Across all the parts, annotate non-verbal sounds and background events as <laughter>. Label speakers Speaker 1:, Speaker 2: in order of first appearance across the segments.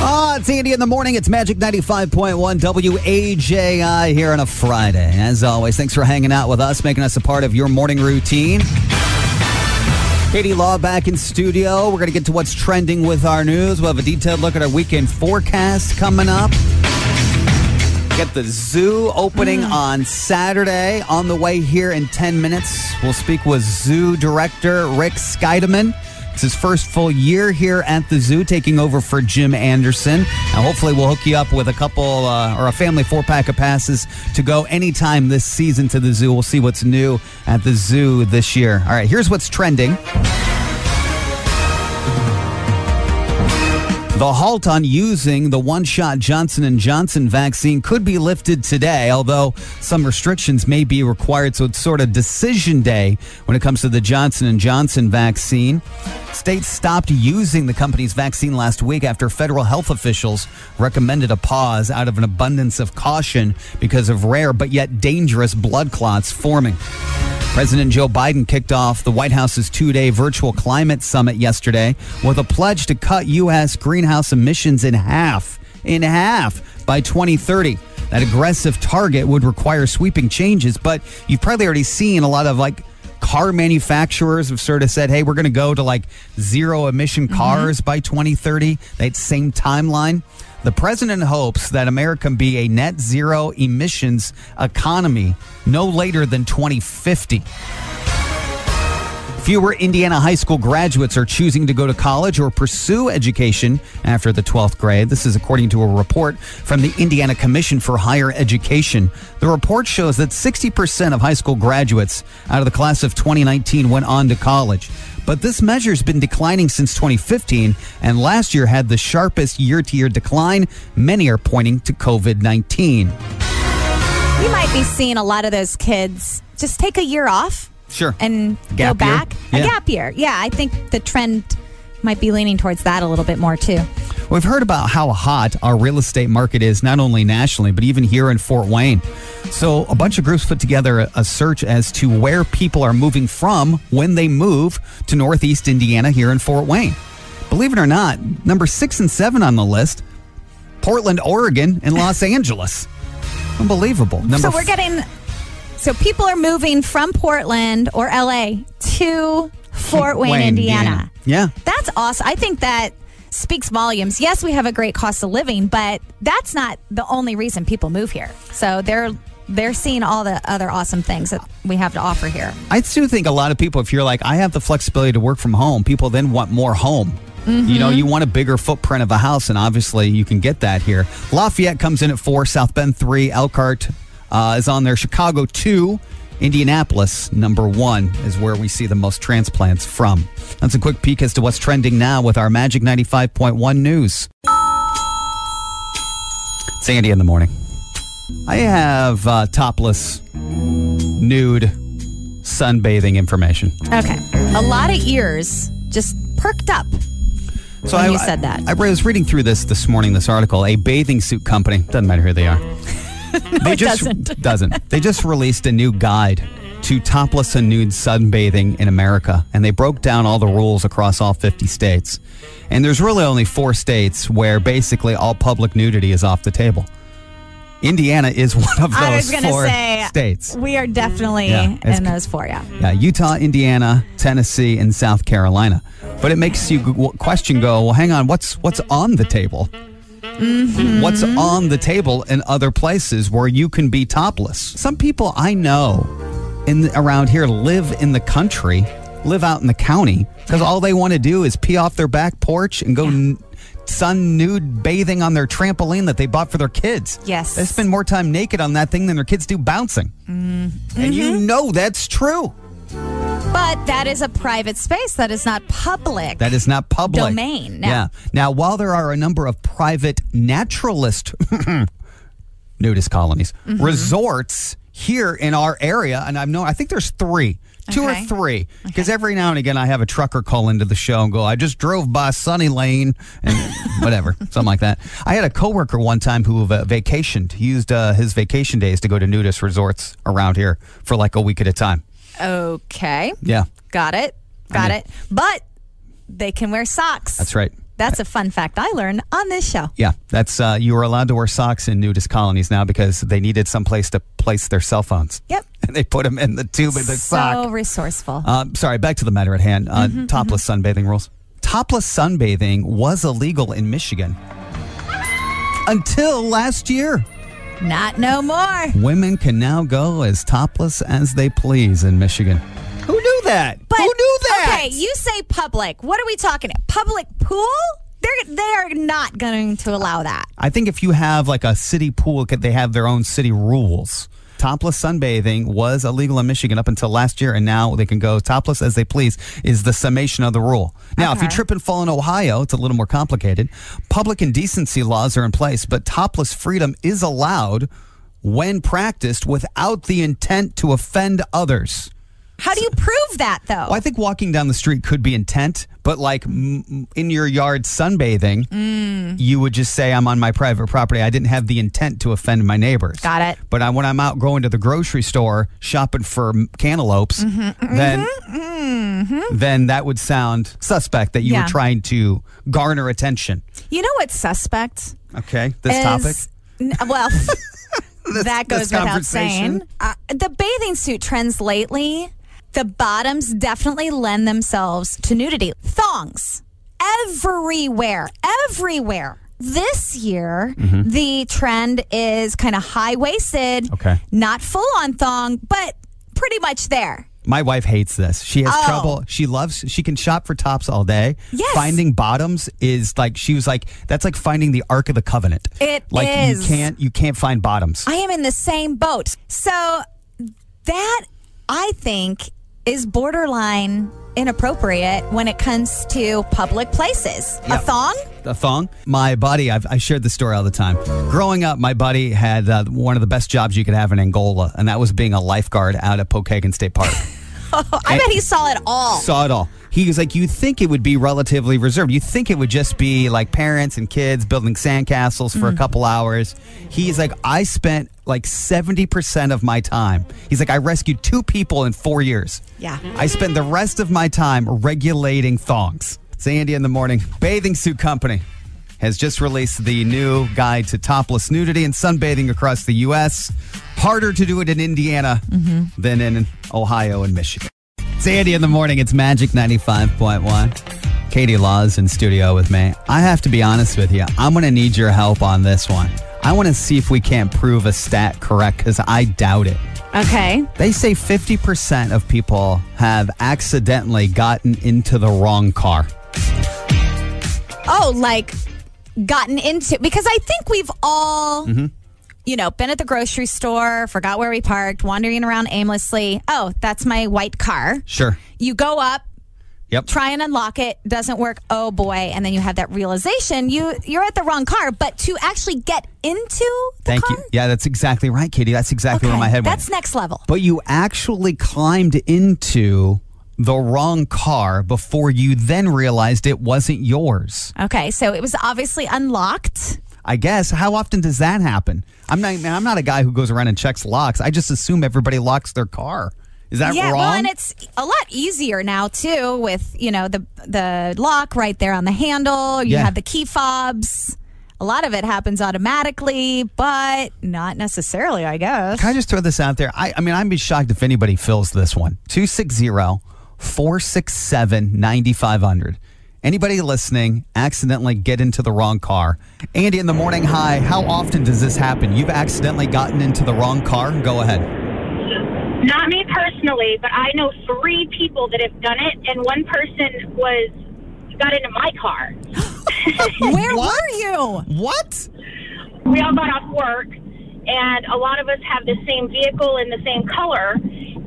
Speaker 1: Oh, it's Andy in the morning. It's Magic 95.1 WAJI here on a Friday. As always, thanks for hanging out with us, making us a part of your morning routine. Katie Law back in studio. We're going to get to what's trending with our news. We'll have a detailed look at our weekend forecast coming up. Get the zoo opening on Saturday. On the way here in 10 minutes, we'll speak with zoo director Rick Skydeman. It's his first full year here at the zoo, taking over for Jim Anderson. And hopefully, we'll hook you up with a couple uh, or a family four pack of passes to go anytime this season to the zoo. We'll see what's new at the zoo this year. All right, here's what's trending. The halt on using the one-shot Johnson & Johnson vaccine could be lifted today, although some restrictions may be required, so it's sort of decision day when it comes to the Johnson & Johnson vaccine. States stopped using the company's vaccine last week after federal health officials recommended a pause out of an abundance of caution because of rare but yet dangerous blood clots forming. President Joe Biden kicked off the White House's two day virtual climate summit yesterday with a pledge to cut U.S. greenhouse emissions in half, in half by 2030. That aggressive target would require sweeping changes, but you've probably already seen a lot of like car manufacturers have sort of said, hey, we're going to go to like zero emission cars by 2030, that same timeline. The president hopes that America be a net zero emissions economy no later than 2050. Fewer Indiana high school graduates are choosing to go to college or pursue education after the 12th grade. This is according to a report from the Indiana Commission for Higher Education. The report shows that 60% of high school graduates out of the class of 2019 went on to college. But this measure's been declining since 2015 and last year had the sharpest year to year decline. Many are pointing to COVID 19.
Speaker 2: You might be seeing a lot of those kids just take a year off.
Speaker 1: Sure.
Speaker 2: And
Speaker 1: Gap year.
Speaker 2: go back.
Speaker 1: Yeah.
Speaker 2: A gap year. Yeah, I think the trend might be leaning towards that a little bit more too.
Speaker 1: We've heard about how hot our real estate market is, not only nationally, but even here in Fort Wayne. So, a bunch of groups put together a, a search as to where people are moving from when they move to Northeast Indiana here in Fort Wayne. Believe it or not, number six and seven on the list Portland, Oregon, and
Speaker 2: <laughs>
Speaker 1: Los Angeles. Unbelievable. Number
Speaker 2: so we're
Speaker 1: f-
Speaker 2: getting so people are moving from Portland or LA to Fort Wayne, Indiana.
Speaker 1: Yeah.
Speaker 2: That's awesome. I think that speaks volumes. Yes, we have a great cost of living, but that's not the only reason people move here. So they're they're seeing all the other awesome things that we have to offer here.
Speaker 1: I do think a lot of people, if you're like, I have the flexibility to work from home, people then want more home. You know, you want a bigger footprint of a house, and obviously you can get that here. Lafayette comes in at four, South Bend three, Elkhart uh, is on there, Chicago two, Indianapolis number one is where we see the most transplants from. That's a quick peek as to what's trending now with our Magic 95.1 news. It's Andy in the morning. I have uh, topless, nude, sunbathing information.
Speaker 2: Okay. A lot of ears just perked up.
Speaker 1: So
Speaker 2: When you said that.
Speaker 1: I, was reading through this this morning. This article, a bathing suit company doesn't matter who they
Speaker 2: <laughs>
Speaker 1: are. they just <laughs>
Speaker 2: doesn't.
Speaker 1: doesn't. They just released a new guide to topless and nude sunbathing in America, and they broke down all the rules across all 50 states. And there's really only four states where basically all public nudity is off the table. Indiana is <laughs> one of those
Speaker 2: I was going to
Speaker 1: four
Speaker 2: say
Speaker 1: states.
Speaker 2: We are definitely
Speaker 1: Yeah, it's
Speaker 2: in
Speaker 1: c-
Speaker 2: those four, yeah.
Speaker 1: Yeah, Utah, Indiana, Tennessee, and South Carolina. But it makes you g- question go, well, hang on, what's what's on the table? What's on the table in other places where you can be topless? Some people I know in the, around here live in the country, live out in the county because all they want to do is pee off their back porch and go n- sun nude bathing on their trampoline that they bought for their kids.
Speaker 2: Yes.
Speaker 1: They spend more time naked on that thing than their kids do bouncing. And you know that's true.
Speaker 2: But that is a private space that is not public.
Speaker 1: That is not public
Speaker 2: Domain, no.
Speaker 1: Yeah. Now, while there are a number of private naturalist <laughs> nudist colonies
Speaker 2: Mm-hmm.
Speaker 1: resorts here in our area, and I've known, I think there's three, two or
Speaker 2: Okay.
Speaker 1: three, because every now and again I have a trucker call into the show and go, "I just drove by Sunny Lane and <laughs> whatever, something like that." I had a coworker one time who uh, vacationed, he used uh, his vacation days to go to nudist resorts around here for like a week at a time.
Speaker 2: okay.
Speaker 1: Yeah,
Speaker 2: Got it. Got
Speaker 1: mean-
Speaker 2: it. But they can wear socks.
Speaker 1: that's right.
Speaker 2: That's a fun fact I learned on this show.
Speaker 1: Yeah, that's uh, you were allowed to wear socks in nudist colonies now because they needed some place to place their cell phones.
Speaker 2: Yep.
Speaker 1: <laughs> And they put them in the tube in the sock.
Speaker 2: So Mm-hmm, resourceful.
Speaker 1: Uh, sorry, back to the matter at hand. Uh, topless sunbathing rules. Topless sunbathing was illegal in Michigan until last year.
Speaker 2: Not no more.
Speaker 1: Women can now go as topless as they please in Michigan. Who knew that? Who knew that?
Speaker 2: Okay, you say public. What are we talking? Public pool? They're they are not going to allow that.
Speaker 1: I think if you have like a city pool, could they have their own city rules. Topless sunbathing was illegal in Michigan up until last year, and now they can go topless as they please, is the summation of the rule. Now, if you
Speaker 2: Okay.
Speaker 1: trip and fall in Ohio, it's a little more complicated. Public indecency laws are in place, but topless freedom is allowed when practiced without the intent to offend others.
Speaker 2: How do you prove that though?
Speaker 1: Well, I think walking down the street could be intent, but like m- m- in your yard sunbathing,
Speaker 2: Mm.
Speaker 1: you would just say, I'm on my private property. I didn't have the intent to offend my neighbors.
Speaker 2: Got it.
Speaker 1: But I, when I'm out going to the grocery store shopping for m- cantaloupes,
Speaker 2: Mm-hmm,
Speaker 1: then, then that would sound suspect that you
Speaker 2: Yeah.
Speaker 1: were trying to garner attention.
Speaker 2: You know what's suspect?
Speaker 1: Okay. This topic. <laughs>
Speaker 2: N- well, that
Speaker 1: this
Speaker 2: goes without
Speaker 1: conversation.
Speaker 2: saying. Uh, the bathing suit trends lately, the bottoms definitely lend themselves to nudity. Thongs everywhere, everywhere. This year,
Speaker 1: Mm-hmm.
Speaker 2: the trend is kind of high waisted,
Speaker 1: Okay.
Speaker 2: not full on thong, but pretty much there.
Speaker 1: My wife hates this. She has
Speaker 2: Oh.
Speaker 1: trouble. She loves. She can shop for tops all day.
Speaker 2: Yes.
Speaker 1: Finding bottoms is like she was like that's like finding the Ark of the Covenant.
Speaker 2: It
Speaker 1: like
Speaker 2: is.
Speaker 1: you can't you can't find bottoms.
Speaker 2: I am in the same boat. So that I think is borderline inappropriate when it comes to public places. A
Speaker 1: Yep.
Speaker 2: thong?
Speaker 1: a thong. My buddy, I've, I shared this story all the time. Growing up, my buddy had uh, one of the best jobs you could have in Angola, and that was being a lifeguard out at Pokagon State Park.
Speaker 2: Oh, I bet he saw it all.
Speaker 1: saw it all. He was like, you think it would be relatively reserved. You think it would just be like parents and kids building sandcastles for a couple hours. He's like, I spent like 70% of my time. He's like, I rescued two people in four years.
Speaker 2: Yeah.
Speaker 1: I spent the rest of my time regulating thongs. It's Andy in the morning. Bathing Suit Company has just released the new guide to topless nudity and sunbathing across the U.S. Harder to do it in Indiana than in Ohio and Michigan. It's Andy in the morning. It's Magic 95.1. Katie Laws in studio with me. I have to be honest with you. I'm going to need your help on this one. I want to see if we can't prove a stat correct because I doubt it.
Speaker 2: Okay.
Speaker 1: They say 50% of people have accidentally gotten into the wrong car.
Speaker 2: Oh, like gotten into because I think we've all you know, been at the grocery store, forgot where we parked, wandering around aimlessly. Oh, that's my white car.
Speaker 1: Sure.
Speaker 2: You go up,
Speaker 1: Yep.
Speaker 2: try and unlock it doesn't work oh boy and then you have that realization you you're at the wrong car but to actually get into the
Speaker 1: Thank
Speaker 2: car
Speaker 1: you. Yeah, that's exactly right, Katie. That's exactly where my head went.
Speaker 2: that's next level
Speaker 1: But you actually climbed into the wrong car before you then realized it wasn't yours.
Speaker 2: okay so it was obviously unlocked
Speaker 1: I guess. How often does that happen? I'm not. I'm not a guy who goes around and checks locks. I just assume everybody locks their car. Is that
Speaker 2: yeah
Speaker 1: wrong?
Speaker 2: well and it's a lot easier now too with you know the the lock right there on the handle you
Speaker 1: Yeah.
Speaker 2: have the key fobs a lot of it happens automatically but not necessarily i guess
Speaker 1: Can I just throw this out there? I, I mean, I'd be shocked if anybody fills this one. 260 467 9500. Anybody listening accidentally get into the wrong car? Andy in the morning, hi. How often does this happen? You've accidentally gotten into the wrong car? Go ahead.
Speaker 3: Not me personally, but I know three people that have done it, and one person was got into my car.
Speaker 2: where
Speaker 1: What?
Speaker 2: were you
Speaker 1: What?
Speaker 3: We all got off work, and a lot of us have the same vehicle and the same color,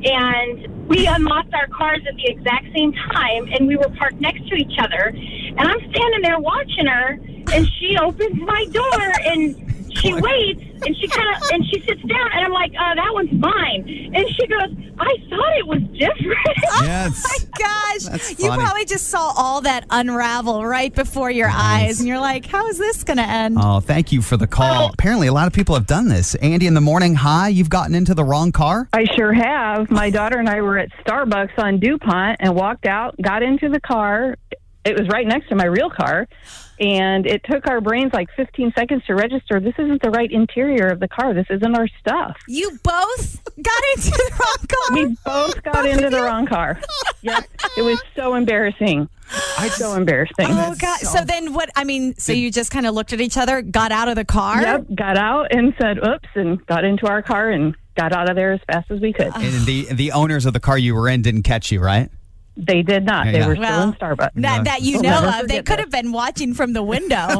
Speaker 3: and we unlocked our cars at the exact same time, and we were parked next to each other, and I'm standing there watching her, and she opens my door and. She waits and she kind of and she sits down and I'm like, uh, that one's mine. And she goes, I thought it was different. <laughs>
Speaker 1: Yes.
Speaker 2: <laughs> gosh.
Speaker 1: That's
Speaker 2: you
Speaker 1: funny.
Speaker 2: probably just saw all that unravel right before your eyes, and you're like, how is this going to end?
Speaker 1: Oh, thank you for the call. Apparently, a lot of people have done this. Andy in the morning, hi. You've gotten into the wrong car?
Speaker 4: I sure have. My daughter and I were at Starbucks on DuPont and walked out, got into the car, it was right next to my real car and it took our brains like 15 seconds to register this isn't the right interior of the car this isn't our stuff
Speaker 2: You both got into the <laughs> wrong car.
Speaker 4: we both got into the wrong car yep it was so embarrassing so embarrassing
Speaker 2: Oh God! So then, what? I mean, so you just kind of looked at each other, got out of the car.
Speaker 4: yep got out and said oops and got into our car and got out of there as fast as we could
Speaker 1: And the the owners of the car you were in didn't catch you, right?
Speaker 4: they did not they
Speaker 1: Yeah.
Speaker 4: were
Speaker 2: Well,
Speaker 4: still in starbucks
Speaker 1: Yeah.
Speaker 2: That, that you
Speaker 4: We'll
Speaker 2: know
Speaker 4: never
Speaker 2: of, they
Speaker 4: forget
Speaker 2: could
Speaker 4: this.
Speaker 2: have been watching from the window.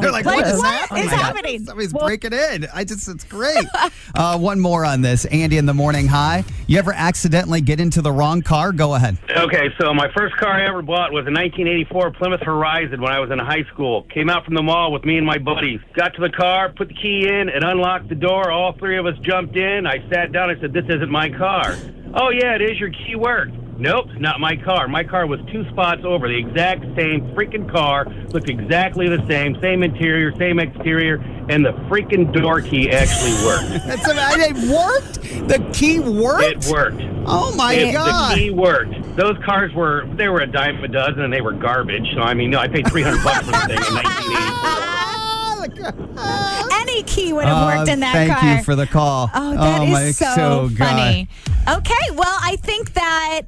Speaker 1: <laughs> They're like, what is that? Oh
Speaker 2: is
Speaker 1: my God.
Speaker 2: happening?
Speaker 1: Somebody's breaking in. I just, it's great. <laughs> uh, one more on this. Andy in the morning. Hi. You ever accidentally get into the wrong car? Go ahead.
Speaker 5: Okay, so my first car I ever bought was a 1984 Plymouth Horizon when I was in high school. Came out from the mall with me and my buddies. Got to the car, put the key in, and unlocked the door. All three of us jumped in. I sat down. I said, "This isn't my car." Oh yeah, it is. Your key worked. Nope, it's not my car. My car was two spots over. The exact same freaking car looked exactly the same, same interior, same exterior, and the freaking door key actually worked.
Speaker 1: <laughs> That's, I mean, it worked. The key worked.
Speaker 5: it worked.
Speaker 1: Oh my
Speaker 5: If
Speaker 1: God.
Speaker 5: The key worked. Those cars were they were a dime a dozen, and they were garbage. So I mean, no, I paid three hundred bucks for the thing in nineteen eighty.
Speaker 1: Ah, the car.
Speaker 2: Uh, Any key would have worked
Speaker 1: Uh,
Speaker 2: in that
Speaker 1: thank
Speaker 2: car.
Speaker 1: you for the call.
Speaker 2: Oh, that is
Speaker 1: my-
Speaker 2: so,
Speaker 1: good.
Speaker 2: funny. Okay, well, I think that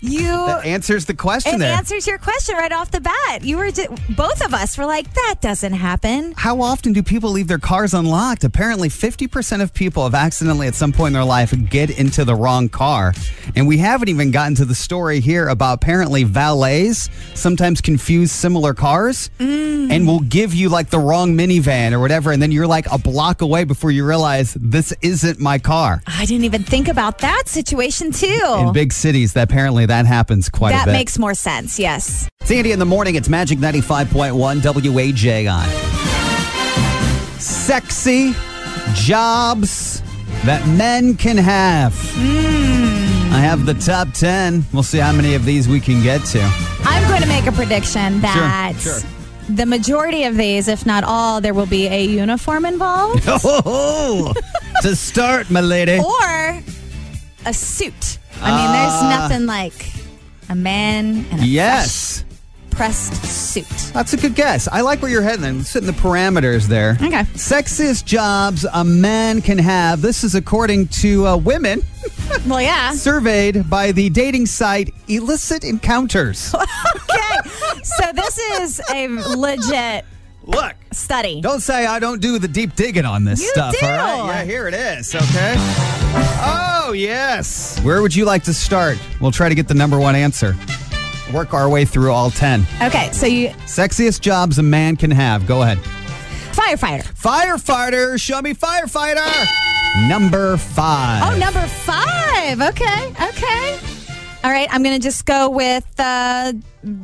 Speaker 2: you
Speaker 1: That answers the question
Speaker 2: it
Speaker 1: there.
Speaker 2: answers your question right off the bat. You were ju- both of us were like, that doesn't happen.
Speaker 1: How often do people leave their cars unlocked? Apparently, 50% of people have accidentally at some point in their life get into the wrong car. And we haven't even gotten to the story here about apparently valets sometimes confuse similar cars
Speaker 2: Mm.
Speaker 1: and will give you like the wrong minivan or whatever. And then you're like a block away before you realize this isn't my car.
Speaker 2: I didn't even think about that situation
Speaker 1: In
Speaker 2: too.
Speaker 1: big cities, that apparently that happens quite a
Speaker 2: Oh. that
Speaker 1: bit.
Speaker 2: makes more sense. Yes.
Speaker 1: Sandy in the morning. It's Magic 95.1 WAJ on. Sexy jobs that men can have. I have the top 10. We'll see how many of these we can get to.
Speaker 2: <laughs> I'm going to make a prediction that
Speaker 1: sure.
Speaker 2: the majority of these, if not all, there will be a
Speaker 1: <laughs>
Speaker 2: uniform involved
Speaker 1: Oh, to start, my lady.
Speaker 2: Oh. or a suit. I mean, there's
Speaker 1: Ah.
Speaker 2: nothing like a man and a
Speaker 1: Yes.
Speaker 2: pressed suit.
Speaker 1: That's a good guess. I like where you're heading. I'm setting the parameters there.
Speaker 2: Okay.
Speaker 1: Sexiest jobs a man can have. This is according to uh, women. <laughs>
Speaker 2: Well, yeah.
Speaker 1: surveyed by the dating site Illicit
Speaker 2: <laughs>
Speaker 1: Encounters.
Speaker 2: Okay. so this is a legit
Speaker 1: Look,
Speaker 2: study.
Speaker 1: don't say I don't do the deep digging on this
Speaker 2: You
Speaker 1: stuff. All right,
Speaker 2: do.
Speaker 1: yeah, here it is. Okay. Oh yes. Where would you like to start? We'll try to get the number one answer. Work our way through all ten
Speaker 2: Okay, so you
Speaker 1: sexiest jobs a man can have. Go ahead.
Speaker 2: firefighter.
Speaker 1: Firefighter, show me firefighter. Number five.
Speaker 2: Oh, number five. Okay, okay. All right, I'm gonna just go with uh,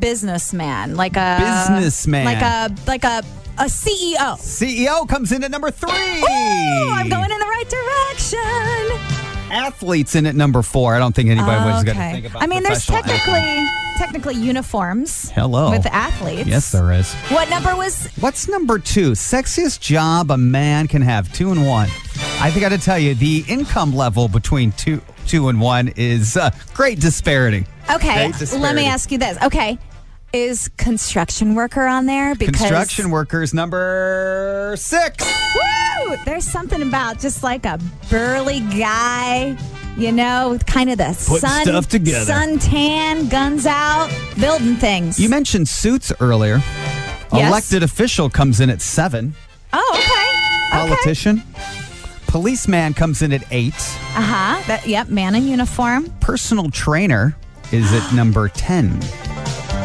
Speaker 2: businessman, like a
Speaker 1: Businessman.
Speaker 2: like a like a a CEO.
Speaker 1: CEO E comes in at number three.
Speaker 2: Ooh, I'm going in the right direction.
Speaker 1: Athletes in at number four. I don't think anybody was going to think about.
Speaker 2: I mean, there's
Speaker 1: professional
Speaker 2: technically
Speaker 1: athletes.
Speaker 2: technically uniforms.
Speaker 1: Hello.
Speaker 2: with athletes.
Speaker 1: Yes, there is.
Speaker 2: What number was?
Speaker 1: What's number two? Sexiest job a man can have. Two and one. I think I got to tell you, the income level between two two and one is uh, great disparity.
Speaker 2: Okay,
Speaker 1: Great
Speaker 2: let
Speaker 1: disparity.
Speaker 2: me ask you this. Okay, is construction worker on there? Because
Speaker 1: Construction workers number six.
Speaker 2: Woo! There's something about just like a burly guy, you know, with kind of the
Speaker 1: Put
Speaker 2: sun
Speaker 1: stuff together.
Speaker 2: sun tan, guns out, building things.
Speaker 1: You mentioned suits earlier.
Speaker 2: Yes.
Speaker 1: Elected official comes in at seven.
Speaker 2: oh, okay.
Speaker 1: Politician. Policeman comes in at eight.
Speaker 2: Okay. Uh huh. That yep. Man in uniform.
Speaker 1: Personal trainer is at number ten.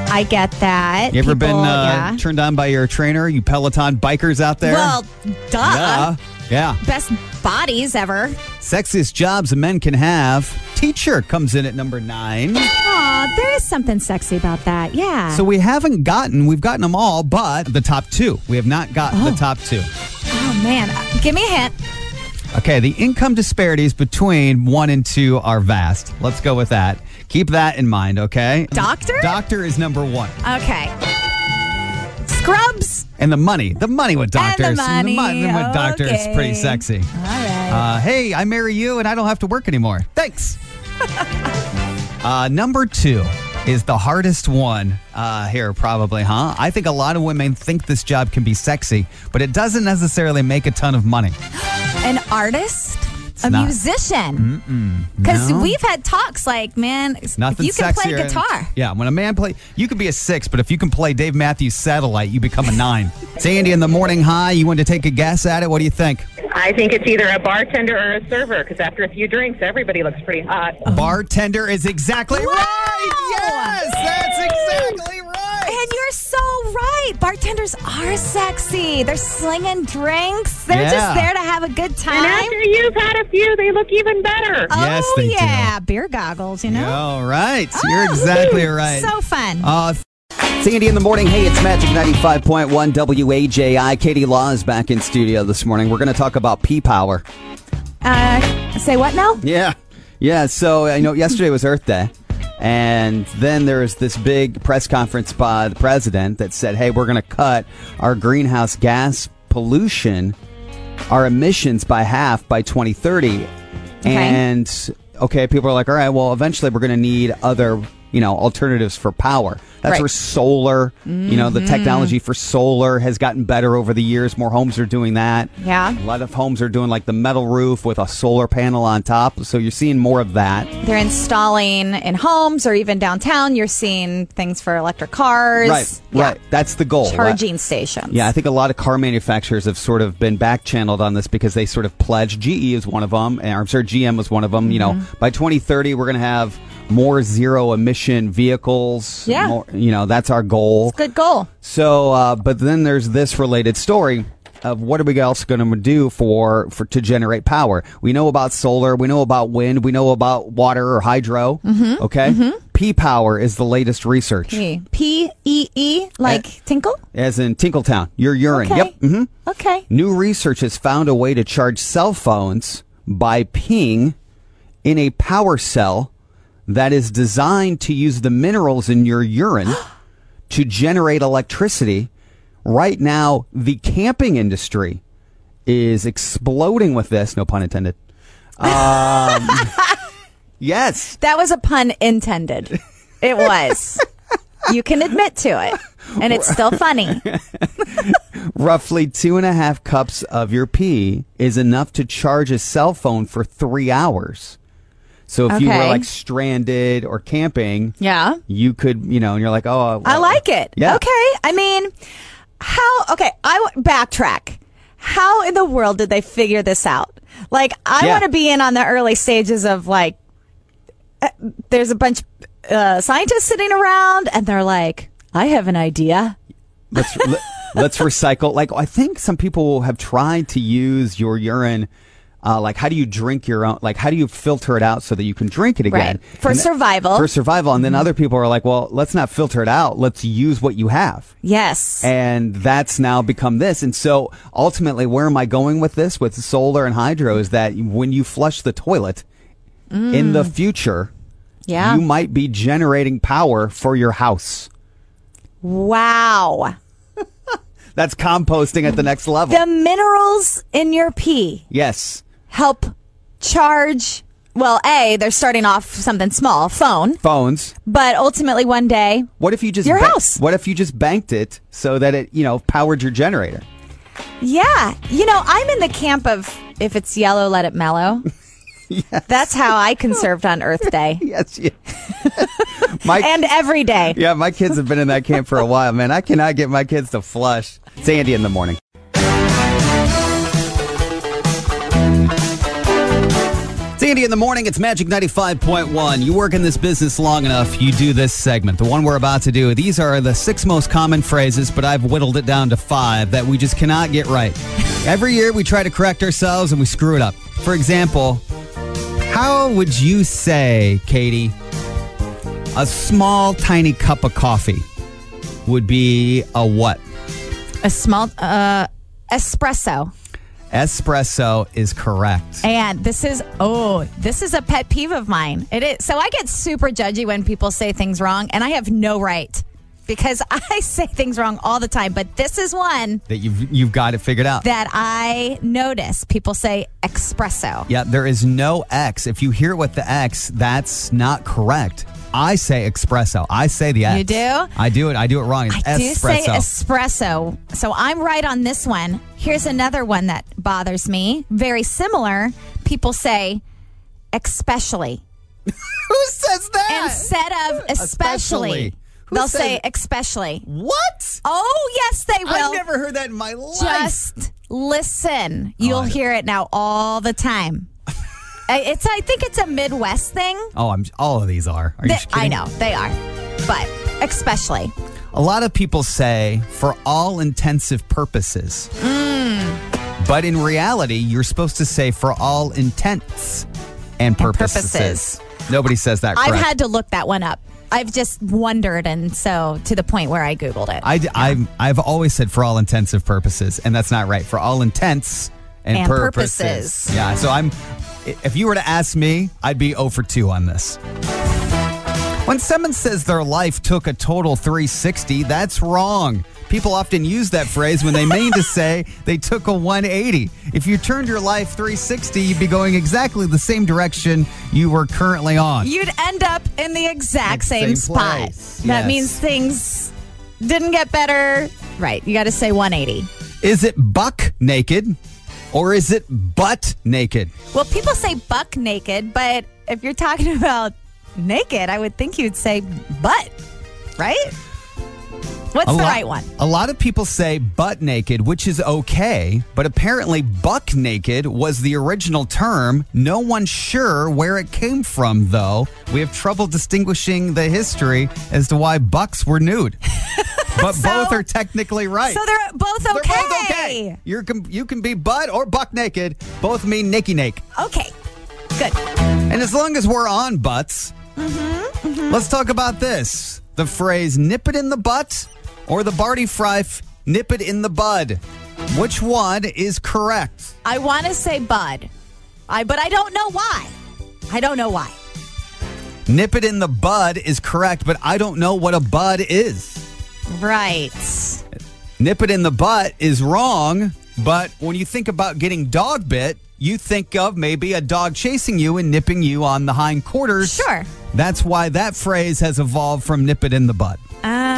Speaker 2: I get that.
Speaker 1: You ever
Speaker 2: People-
Speaker 1: been uh,
Speaker 2: yeah.
Speaker 1: turned on by your trainer? You Peloton bikers out there?
Speaker 2: Well, duh.
Speaker 1: <laughs> Duh. Yeah.
Speaker 2: Best bodies ever.
Speaker 1: Sexiest jobs men can have. Teacher comes in at number nine.
Speaker 2: Aw, there is something sexy about that. Yeah.
Speaker 1: So we haven't gotten, we've gotten them all, but the top two. We have not gotten the top two.
Speaker 2: oh man, Uh, give me a hint.
Speaker 1: Okay, the income disparities between one and two are vast. Let's go with that. Keep that in mind, okay?
Speaker 2: Doctor?
Speaker 1: Doctor is number one.
Speaker 2: Okay. Scrubs.
Speaker 1: And the money. The money with
Speaker 2: And the
Speaker 1: doctors.
Speaker 2: money,
Speaker 1: money with doctors is pretty
Speaker 2: okay.
Speaker 1: sexy.
Speaker 2: All right.
Speaker 1: Uh, hey, I
Speaker 2: <laughs>
Speaker 1: marry you and I don't have to work anymore. Thanks. uh, number two, is the hardest one uh, here, probably, huh? I think a lot of women think this job can be sexy, but it doesn't necessarily make a ton of money.
Speaker 2: An artist? a
Speaker 1: not.
Speaker 2: musician? Because
Speaker 1: no.
Speaker 2: we've had talks like, man, if
Speaker 1: Nothing
Speaker 2: you can play
Speaker 1: sexier than-
Speaker 2: guitar.
Speaker 1: yeah, when a man play, you can be a six, but if you can play Dave Matthews Satellite, you become a
Speaker 2: <laughs>
Speaker 1: nine. it's Andy in the morning high. You want to take a guess at it? What do you think?
Speaker 6: I think it's either a bartender or a server because after a few drinks, everybody looks pretty hot.
Speaker 2: Um,
Speaker 1: Bartender is exactly
Speaker 2: Wow!
Speaker 1: right. Yes, that's exactly right.
Speaker 2: And you're so right. Bartenders are sexy. They're slinging drinks. They're
Speaker 1: Yeah.
Speaker 2: just there to have a good
Speaker 6: And
Speaker 2: time.
Speaker 6: after you've had a few, they look even better.
Speaker 2: Oh
Speaker 1: Yes, they do.
Speaker 2: yeah, beer goggles. You know,
Speaker 1: All right, you're
Speaker 2: Oh,
Speaker 1: exactly
Speaker 2: woo.
Speaker 1: right.
Speaker 2: So fun.
Speaker 1: Uh, it's Andy in the morning. Hey, it's Magic 95.1 WAJI. Katie Law is back in studio this morning. We're going to talk about pea power.
Speaker 2: Uh, say what now?
Speaker 1: Yeah. Yeah. So I know yesterday was Earth Day. And then there was this big press conference by the president that said, hey, we're going to cut our greenhouse gas pollution, our emissions by half by 2030.
Speaker 2: Okay.
Speaker 1: And okay, people are like, all right, well, eventually we're going to need other, you know, alternatives for power. That's
Speaker 2: Right. Mm-hmm.
Speaker 1: where solar, you know, the technology for solar has gotten better over the years. More homes are doing that.
Speaker 2: Yeah.
Speaker 1: A lot of homes are doing like the metal roof with a solar panel on top. So you're seeing more of that.
Speaker 2: They're installing in homes or even downtown. You're seeing things for electric cars.
Speaker 1: Right.
Speaker 2: Yeah.
Speaker 1: Right. That's the goal.
Speaker 2: Charging
Speaker 1: Right.
Speaker 2: stations.
Speaker 1: Yeah, I think a lot of car manufacturers have sort of been back channeled on this because they sort of pledged. GE is one of them, and I'm sure GM was one of them. You know,
Speaker 2: Mm-hmm.
Speaker 1: by 2030, we're going to have more zero emission vehicles.
Speaker 2: Yeah.
Speaker 1: More, you know, that's our goal.
Speaker 2: Good goal.
Speaker 1: So, uh, but then there's this related story of what are we else going to do for, for to generate power? We know about solar, we know about wind, we know about water or hydro. Okay, P power is the latest research,
Speaker 2: Mm-hmm. P E E like tinkle.
Speaker 1: as in Tinkletown, your urine.
Speaker 2: Okay.
Speaker 1: Uh, Yep. hmm
Speaker 2: Okay.
Speaker 1: New research has found a way to charge cell phones by ping in a power cell that is designed to use the minerals in your urine to generate electricity. Right now, the camping industry is exploding with this, no pun intended. Um, yes.
Speaker 2: That was a pun intended. It was. you can admit to it, and it's
Speaker 1: <laughs>
Speaker 2: still funny.
Speaker 1: Roughly two and a half cups of your pee is enough to charge a cell phone for three hours. So if you were
Speaker 2: Okay.
Speaker 1: like stranded or camping,
Speaker 2: Yeah.
Speaker 1: you could, you know, and you're like, oh,
Speaker 2: I
Speaker 1: well,
Speaker 2: like it.
Speaker 1: Yeah.
Speaker 2: Okay. I mean, how? Okay. I w- backtrack. How in the world did they figure this out? Like, I
Speaker 1: Yeah.
Speaker 2: want to be in on the early stages of like. uh, There's a bunch uh, scientists sitting around, and they're like, "I have an idea."
Speaker 1: <laughs> Let's le- let's recycle. Like I think some people have tried to use your urine. Uh, like how do you drink your own? Like how do you filter it out so that you can drink it again
Speaker 2: Right. For
Speaker 1: And th-
Speaker 2: survival.
Speaker 1: For survival, and then other people are like, well, let's not filter it out. Let's use what you have.
Speaker 2: Yes.
Speaker 1: And that's now become this. And so ultimately, where am I going with this with solar and hydro is that when you flush the toilet in the future,
Speaker 2: Mm. yeah.
Speaker 1: you might be generating power for your house.
Speaker 2: wow.
Speaker 1: That's composting at the next level.
Speaker 2: The minerals in your pee
Speaker 1: yes.
Speaker 2: help charge. Well, A, they're starting off something small, phone,
Speaker 1: Phones.
Speaker 2: but ultimately one day,
Speaker 1: What if you just
Speaker 2: Your house.
Speaker 1: What if you just banked it so that it, you know, powered your generator? <laughs>
Speaker 2: yeah. You know, I'm in the camp of if it's yellow, let it mellow. That's how I conserved on Earth Day
Speaker 1: Yes,
Speaker 2: <laughs>
Speaker 1: yes. my
Speaker 2: and every day.
Speaker 1: <laughs> Yeah, my kids have been in that camp for a while, man. I cannot get my kids to flush. It's Andy in the morning. It's Andy in the morning. It's Magic 95.1. You work in this business long enough, you do this segment, the one we're about to do. These are the six most common phrases, but I've whittled it down to five that we just cannot get right. Every year we try to correct ourselves and we screw it up. For example, how would you say, Katie, a small, tiny cup of coffee would be a what?
Speaker 2: A small uh, espresso.
Speaker 1: Espresso is correct.
Speaker 2: And this is oh, this is a pet peeve of mine. It is so I get super judgy when people say things wrong, and I have no right because <laughs> I say things wrong all the time, but this is one
Speaker 1: that you've you've got it figured out.
Speaker 2: that I notice people say espresso.
Speaker 1: yeah, there is no X. If you hear it with the X, that's not correct. I say espresso. I say the X.
Speaker 2: You do?
Speaker 1: I do it. I do it wrong. It's
Speaker 2: I do say
Speaker 1: espresso.
Speaker 2: espresso. So I'm right on this one. Here's another one that bothers me. Very similar. People say especially
Speaker 1: Who says that?
Speaker 2: instead of especially.
Speaker 1: Especially. Who
Speaker 2: They'll
Speaker 1: says-
Speaker 2: say especially.
Speaker 1: what?
Speaker 2: Oh, yes, they will.
Speaker 1: I've never heard that in my life.
Speaker 2: Just listen. You'll
Speaker 1: Oh, I-
Speaker 2: hear it now all the
Speaker 1: <laughs>
Speaker 2: time. I- it's I think it's a Midwest thing.
Speaker 1: oh, I'm. All of these are. Are you
Speaker 2: They-
Speaker 1: just
Speaker 2: I
Speaker 1: kidding?
Speaker 2: know they are, but especially
Speaker 1: A lot of people say for all intensive purposes. But in reality, you're supposed to say for all intents and purposes.
Speaker 2: purposes.
Speaker 1: Nobody says that correct.
Speaker 2: I've had to look that one up. I've just wondered, and so to the point where I googled it.
Speaker 1: I, have I've always said for all intensive purposes, and that's not right. For all intents and,
Speaker 2: And
Speaker 1: purposes.
Speaker 2: purposes.
Speaker 1: Yeah, so I'm. If you were to ask me, I'd be 0 for 2 on this. When someone says their life took a total 360, that's wrong. People often use that phrase when they mean to say they took a 180. If you turned your life 360, you'd be going exactly the same direction you were currently on.
Speaker 2: You'd end up in the exact
Speaker 1: Same
Speaker 2: same, spot.
Speaker 1: place, yes.
Speaker 2: That means things didn't get better. Right. You got to say 180.
Speaker 1: Is it buck naked or is it butt naked?
Speaker 2: Well, people say buck naked, but if you're talking <laughs> about naked, I would think you'd say butt, right? What's the
Speaker 1: lot-
Speaker 2: right one?
Speaker 1: A lot of people say butt naked, which is okay, but apparently buck naked was the original term. No one's sure where it came from, though. We have trouble distinguishing the history as to why bucks were
Speaker 2: <laughs>
Speaker 1: nude. But both are technically right.
Speaker 2: So they're both
Speaker 1: They're
Speaker 2: okay.
Speaker 1: both okay. You're com- you can be butt or buck naked. Both mean nakey nake.
Speaker 2: Okay. Good.
Speaker 1: And as long as we're on butts, let's talk about this the phrase nip it in the butt or the Barty Frife nip it in the bud. Which one is correct?
Speaker 2: I want to say bud, I but I don't know why. I don't know why.
Speaker 1: Nip it in the bud is correct, but I don't know what a bud is.
Speaker 2: Right.
Speaker 1: Nip it in the butt is wrong, but when you think about getting dog bit, you think of maybe a dog chasing you and nipping you on the hindquarters.
Speaker 2: Sure.
Speaker 1: That's why that phrase has evolved from nip it in the butt.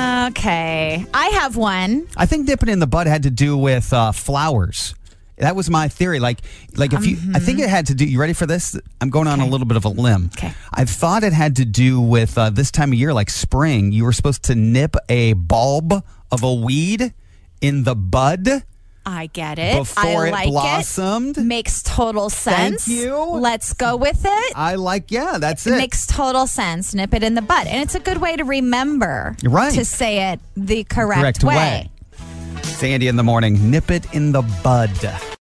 Speaker 2: Okay. I have one.
Speaker 1: I think nipping in the bud had to do with uh, flowers. That was my theory. Like, like if you, I think it had to do. You ready for this? I'm going on a little bit of a limb.
Speaker 2: Mm-hmm. Okay.
Speaker 1: I thought it had to do with uh, this time of year, like spring. You were supposed to nip a bulb of a weed in the bud.
Speaker 2: I get it.
Speaker 1: Before
Speaker 2: I
Speaker 1: it
Speaker 2: like
Speaker 1: blossomed?
Speaker 2: It. Makes total sense.
Speaker 1: you.
Speaker 2: Let's go with it.
Speaker 1: I like, yeah, that's it.
Speaker 2: It makes total sense. Nip it in the butt. And it's a good way to remember
Speaker 1: You're right.
Speaker 2: to say it the correct,
Speaker 1: Correct way. Sandy in the morning. Nip it in the bud.